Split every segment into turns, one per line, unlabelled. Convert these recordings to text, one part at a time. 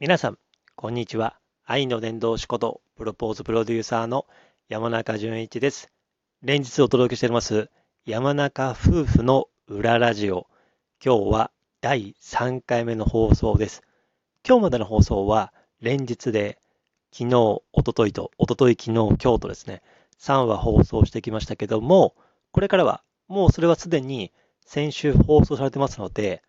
皆さん、こんにちは。愛の伝道師こと、プロポーズプロデューサーの山中淳一です。連日お届けしております、山中夫婦の裏ラジオ。今日は第3回目の放送です。今日までの放送は、連日で、昨日、おとといと、おととい、昨日、今日とですね、3話放送してきましたけども、これからは、もうそれはすでに先週放送されてますので、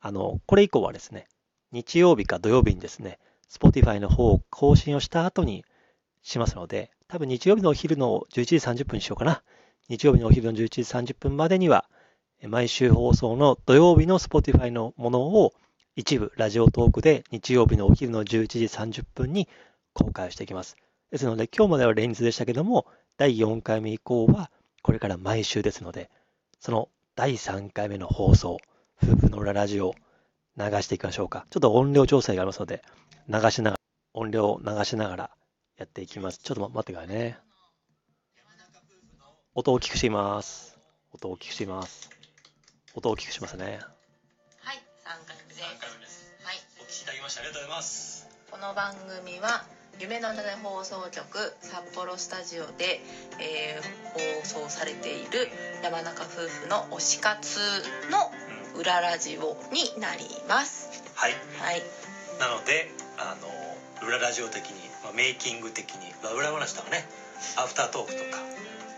あの、これ以降はですね、日曜日か土曜日にですね、Spotify の方を更新をした後にしますので、多分日曜日のお昼の11時30分にしようかな。日曜日のお昼の11時30分までには、え毎週放送の土曜日の Spotify のものを一部ラジオトークで日曜日のお昼の11時30分に公開をしていきます。ですので、今日までは連日でしたけども、第4回目以降はこれから毎週ですので、その第3回目の放送、夫婦の裏ラジオ、流していきましょうか。ちょっと音量調整がありますので、流しながら、音量を流しながらやっていきます。ちょっとま待ってくださいね。音を大きくします。音を大きくします。音を大きくしますね。
はい、三回目です。
3回目です
はい、
お聞きいただきましてありがとうございます
この番組は夢の種放送局札幌スタジオで、えー放送されている山中夫婦の推し活の裏ラジオになります。
はい
はい、
なのであの裏ラジオ的に、まあ、メイキング的に、まあ、裏話とかねアフタートークとか、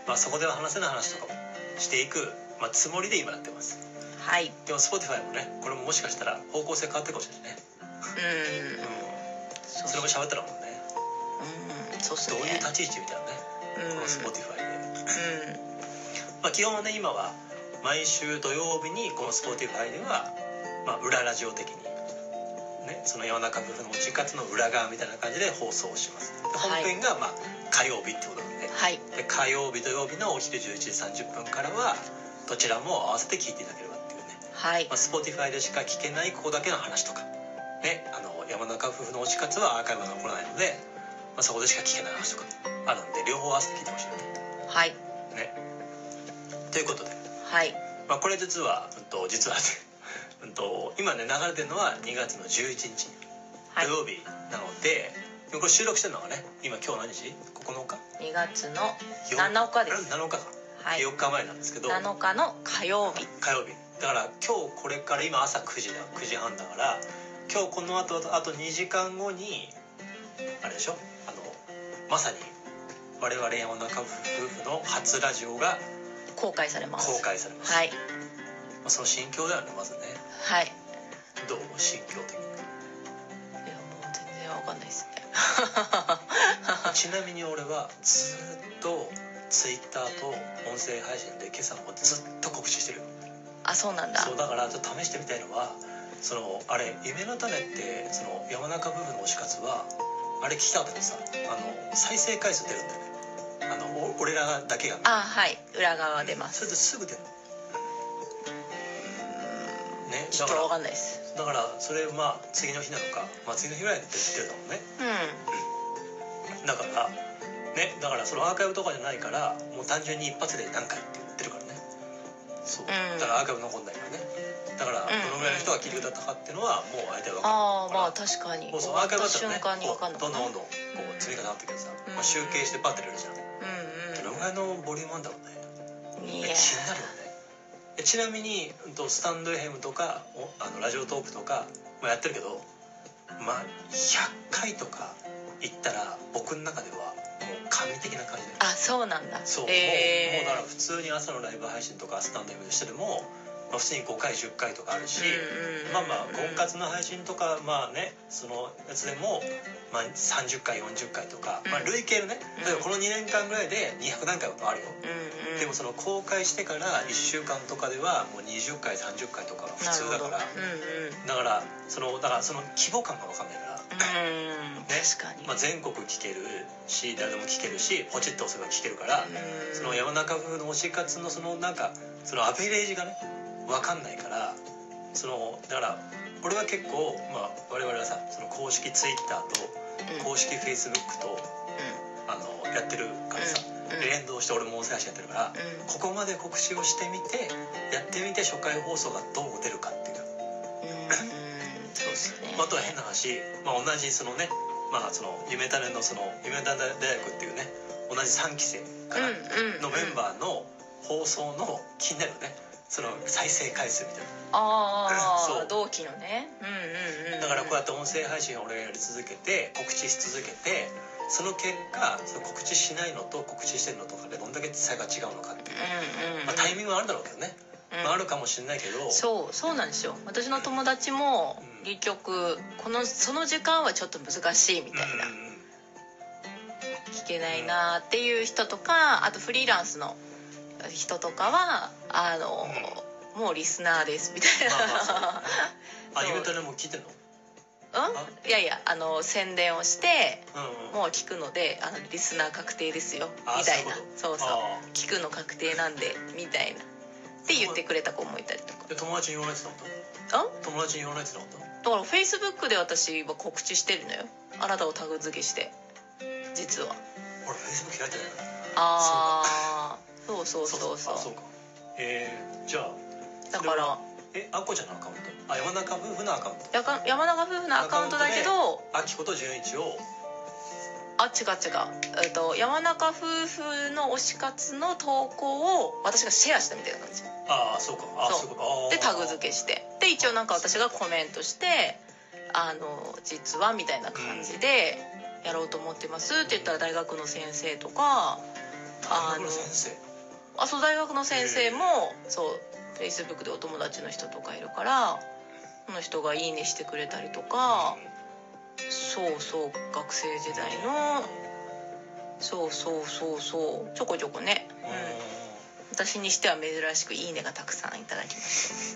まあ、そこでは話せない話とかもしていく、まあ、つもりで今やってます
はい、
でも Spotify もねこれももしかしたら方向性変わってるかもしれないね、
うん、
う
そ
ん、それも
う、
喋ったらもうね
うん、そうっす
どういう
ね。
立ち位置みたいなね
う
こ
ん、うん
の、Spotify で、まあ、基本はね今は毎週土曜日にこの Spotify では、まあ、裏ラジオ的にね、その世の中部分の推活の裏側みたいな感じで放送をしますで本
はい
編がまあ火曜日ってことなんで,、
はい、
で火曜日土曜日のお昼11時30分からはどちらも合わせて聞いていただければっていうね、
はい
まあ、、Spotify でしか聞けないここだけの話とかねあの山中夫婦の推し活はアーカイブが残らないので、まあ、そこでしか聞けない話とかあるんで両方合わせて聞いてほしいね
はい、
ねということで
はい、
まあ、これ実は、うん、と実はね、 うん、と今ね流れてるのは2月の11日
は
土
い、
曜日なので、これ収録してるのがね今今日何日 ?9 日
二月の
よ
七日です。
7日か、
はい、
4日前なんですけど火
七日の火曜日。
曜日だから今日これから今朝9時だ9時半だから今日この後あと2時間後にあれでしょあのまさに我々山中夫婦の初ラジオが
公開されます
公開されます、
はい
まあ、その心境だよねまずね
はいい
どう心境的に
やもう全然わかんないですね
ちなみに俺はずっとツイッターと音声配信で今朝もずっと告知してる
あそうなんだ
そうだからちょっと試してみたいのはそのあれ「夢の種」ってその山中部分の推し活はあれ聞きたかったけどさあの再生回数出るんだよねあのお俺らだけが
あはい裏側出ます
それですぐ出るね
ち
だ
ょっ
か
とわからんないです
だからそれまあ次の日なのか、まあ、次の日ぐらいに出てるだもんね
うん
だからねだからそのアーカイブとかじゃないからもう単純に一発で何回って言ってるからねそう、
うん
だからアーカイブ残んないからねだから
ん
どのぐらいの人が聞いてくれたかっていうのはもう相手は分か
ああ
る
まあ
か
確かに
らもう
終
そのア
わ
ーカ
っ
イブ
た
だった
瞬
らね
間にわ
こ
かん
う
の
ど
か
ん
な
ど
うん
ど
ん
んどんこう積み重なってくるさ、まあ、集計してバッて出るじゃんどのぐらいのボリュームなんだろうね
うん
え
い
気に
や
なるよねえちなみにうんとスタンド FM とかおあのラジオトークとか、まあ、やってるけどまあ100回とか行ったら僕の中ではもう神的な感じだよ
あそうなんだ
そう、も
え
うもうだから普通に朝のライブ配信とかスタンド FM でしてでも、まあ、普通に5回10回とかあるし、まあまあ婚活の配信とかまあねそのやつでも、まあ、30回40回とか、まあ、
うん
累計のね
うん
例えばこの2年間ぐらいで200何回はあるよ、でも
そ
その公開してから1週間とかではもう20回30回とかが普通だから
うんうんうん
だからそのだからその規模感が分かんないから、
確かに
まあ、全国聞けるし誰でも聞けるしポチッと押せば聞けるから、
うん
その山中風の推し活のそのなんかそのアベレージがね分かんないからそのだから俺は結構、まあ、我々はさその公式 Twitter
うん
と公式 Facebook とあのやってるからさ、
うんうん
連動して俺も音声配信やってるから。
うん
ここまで告知をしてみてやってみて初回放送がどう出るかっていう
うんうんそうっですね
まああとは変な話、まあ、同じそのね、まあ、その夢タネのその夢タネ大学っていうね同じ3期生か
うん
ら
うんうん
のメンバーの放送の気になるねその再生回数みたいな。
あ
そ
あ
う
同期のねうんうんうん
だからこうやって音声配信を俺がやり続けて告知し続けてその結果その告知しないのと告知してるのとかでどんだけ差が違うのかっていう、
うんうん
まあ、タイミングはあるだろうけどね、
うん
まあ、あるかもしれないけど
そうそうなんですよ私の友達も
うん
結局このその時間はちょっと難しい
う
み
ん
たいな、
うんうん
聞けないなっていう人とかあとフリーランスの人とかはあの、もうリスナーですみたいな、
まあまあそうだねあ
そう
ゆめたねもう聞いてんのあ
うんいやいやあの宣伝をして
うんうん
もう聞くのであのリスナー確定ですよ
あ
みたいな
そい
そう
ううこと
そう
あ
聞くの確定なんでみたいなって言ってくれた子もいたりとか
ーで友達に言わないってなかった友達に言わないってなかった
だからフェイスブックで私は告知してるのよあなたをタグ付けして実は
俺フェイスブック開いてないから
ああそうそうそうそう
あそうかえー、じゃあ
だから
えあっこちゃんのアカウントあ山中夫婦のアカウント
やか山中夫婦のアカウントだけど
あきこと純一を
あ違う違う、えっと、山中夫婦の推し活の投稿を私がシェアしたみたいな感じ
ああそうかああ
そう
そういうことああ
でタグ付けしてで一応なんか私がコメントして「あの実は」みたいな感じでやろうと思ってますって言ったら大学の先生とか
あ
あ
の
の
先生
あそう大学の先生もそうフェイスブックでお友達の人とかいるからその人が「いいね」してくれたりとかそうそう学生時代のそうそうそうそうちょこちょこね、
うん
うん、私にしては珍しく「いいね」がたくさんいただきまし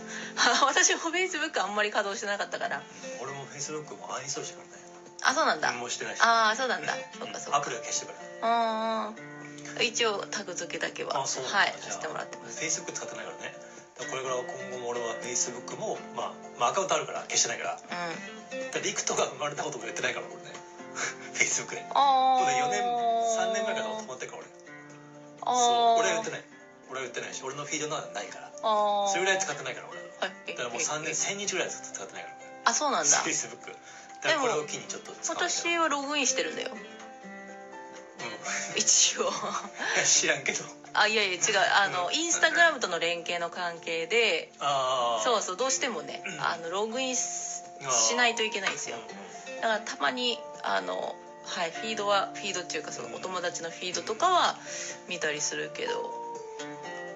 た 私もフェイスブックあんまり稼働してなかったから
俺もフェイスブックもアンインストールしてからね
あそうなんだ
何もしてないし
ああそうなんだそっかそっ
ア
か
プリは消してから
あー一応タグ付けだけは
あそうなんだ
はい
じゃあ
させてもらってま
フ
す
ェイスブック使ってないからねだからこれから今後も俺はフェイスブックもまあまあアカウントあるから消してないからだか
うん
らリクとか生まれたことも言ってないから俺ね フェイスブックで
あ
こ
あ
れ4年3年ぐらいから止まってるから俺
ああ
そう俺は言って
い
ない俺は言ってないし俺のフィードなんかないから
ああ
それぐらい使
っ
ってないから俺だ
はいえ
からもう3年
え
1000日ぐらいずっと使ってないから
あそうなんだ
フェイスブックだからこれを機にちょっと使おうみたい
私はログインしてるんだよ一応
なうん知らんけど
あいやいや違うあの、
うん
インスタグラムとの連携の関係で
ああ
そうそうどうしてもね
うん
あのログインし
あー
しないといけないんです
うん
よ
うん
だからたまにあのはいフィードはフィードっていうかそのお友達のフィードとかは見たりするけど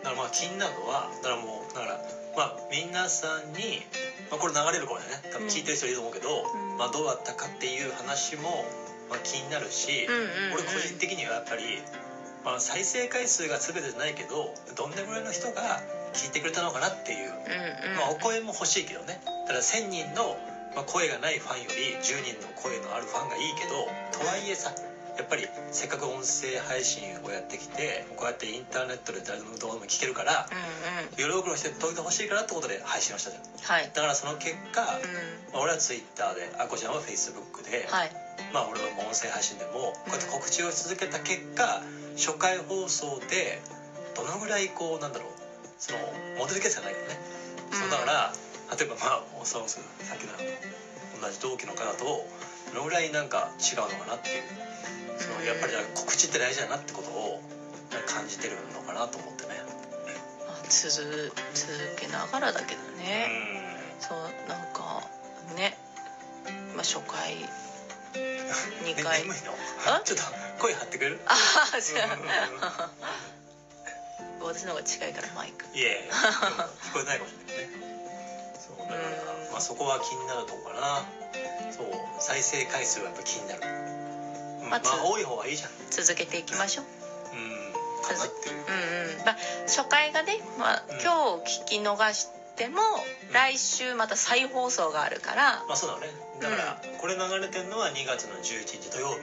だからまあ気になるのはだからもうだからまあ皆さんに、まあ、これ流れるからね多分聞いてる人いると思うけど、
ん
まあ、どうだったかっていう話も、まあ、気になるし、
うんうん、うん、
俺個人的にはやっぱり、まあ、再生回数が全てじゃないけどどんなぐらいの人が聞いてくれたのかなっていう
うんうん、
まあ、お声も欲しいけどねただ1000人の、まあ、声がないファンより10人の声のあるファンがいいけどとはいえさやっぱりせっかく音声配信をやってきてこうやってインターネットで誰でもどうでも聞けるから
うんうん
より多くの人に届いてほしいからってことで配信をしたじゃん
はい
だからその結果、ま
う
あ、俺はツイッターであこちゃんはフェイスブックで、
んはい
まあ俺はもう音声配信でもこうやって告知を続けた結果初回放送でどのぐらいこうなんだろうその戻り消せがないからねそうだから例えばまあそうそうさっきの同じ同期の方とどのぐらいなんか違うのかなっていうそのやっぱりだから告知って大事だなってことをなんか感じてるのかなと思ってね
あ続続けながらだけどね、そうなんかね、まあ、初回
うん
2
ね
回
眠いの
あ
ちょっと声張ってくれる
ああじゃ
うん
あ 私の方が近いからマイク
いやいやいや聞こえないかもしれないねそうだから
うん
まあそこは気になるとこかなそう再生回数はやっぱ気になる、うん、ま
ま
あ
あ
多い方がいいじゃん
続けていきましょう
うんかなっていう
うんうんまあ初回がね、まあ
うん、
今日聞き逃しても、
うん
来週また再放送があるから
まあそうだねだからこれ流れてるのは2月の11日土曜日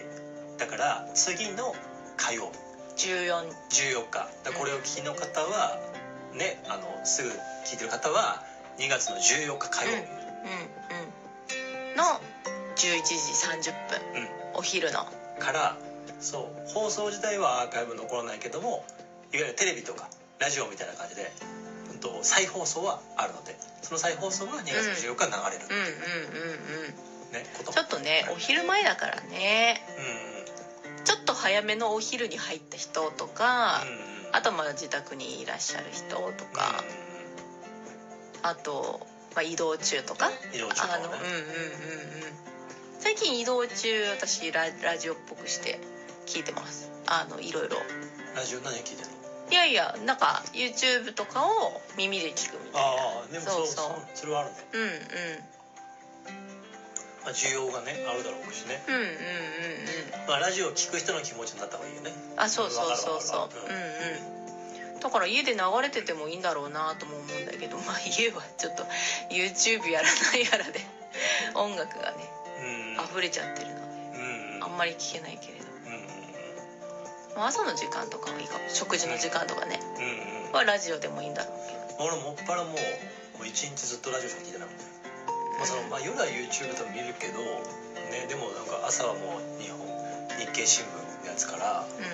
だから次の火曜日
14
14日だからこれを聞きの方はねあのすぐ聞いてる方は2月の14日火曜日、
うんうんの11時30分、お昼の
からそう放送自体はアーカイブ残らないけどもいわゆるテレビとかラジオみたいな感じでうんと再放送はあるのでその再放送が2月14日流れる、
うんうんうんうん
ねこと
ちょっとねお昼前だからね
う
ちょっと早めのお昼に入った人とか、
んうんうんうん
あとまあ自宅にいらっしゃる人と
うんうん
か、あと、まあ、移動中とか
うん移動中と
あ
か
のうんうんうん
ね
うん最近移動中私ララジオっぽくして聞いてますあのいろいろ
ラジオ何聞いてるの
いやいやなんか YouTube とかを耳で聞くみたいな
ああでもそ
そうう
そ
そうう
それはあるね、
うんうん
まあ、需要がねあるだろうしね、
うんうんうん
まあ、ラジオを聞く人の気持ちになった方がいいよね
うんあそうそうそう
わ
そ
かるわ
う
かる
うんうんだから家で流れててもいいんだろうなとも思うんだけどま あ家はちょっと YouTube やらないやらで 音楽がね
うん
溢れちゃってるので
うん
あんまり聞けないけれど
う
まあ朝の時間とかはいいかも食事の時間とかね
んうんうんうん
はラジオでもいいんだろうけど
俺もっぱらもうもう一日ずっとラジオしか聞いてなくて、まあそのまあ、夜は YouTube とか見るけど、ね、でもなんか朝はもう日本日経新聞のやつから
うん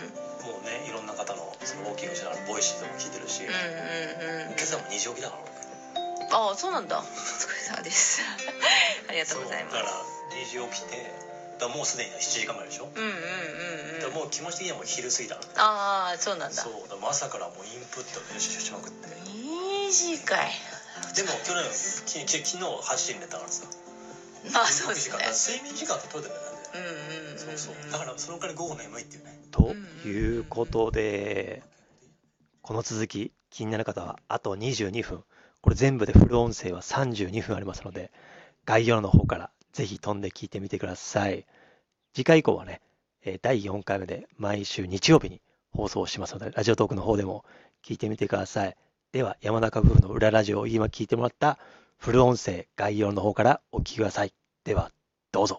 もうねいろんな方のその大きいおじなボイシーとかも聞いてるし、
うんうんうん
今朝も2時起きだから俺
ああそうなんだお疲れ様ですありがとうございま
だから
す
2時起きてだからもうすでに7時間前でしょ、
うんうん
だか
うん
ら
うん
もう気持ち的にはもう昼過ぎだから
ああそうなんだ
そうだからもう朝からもうインプット練習しまくって
短い
でも去年きき昨日8時に寝たからさ
あそうです
6時間だ
ね
から睡眠時間って取れてるんだよね
うんうんうんん
そうそうだからその代わり午後眠いっていうね
ということで、この続き気になる方はあと22分、これ全部でフル音声は32分ありますので、概要欄の方からぜひ飛んで聞いてみてください。次回以降はね、えー第4回目で毎週日曜日に放送しますので、ラジオトークの方でも聞いてみてください。では、山中夫婦の裏ラジオを今聞いてもらったフル音声概要欄の方からお聞きください。では、どうぞ。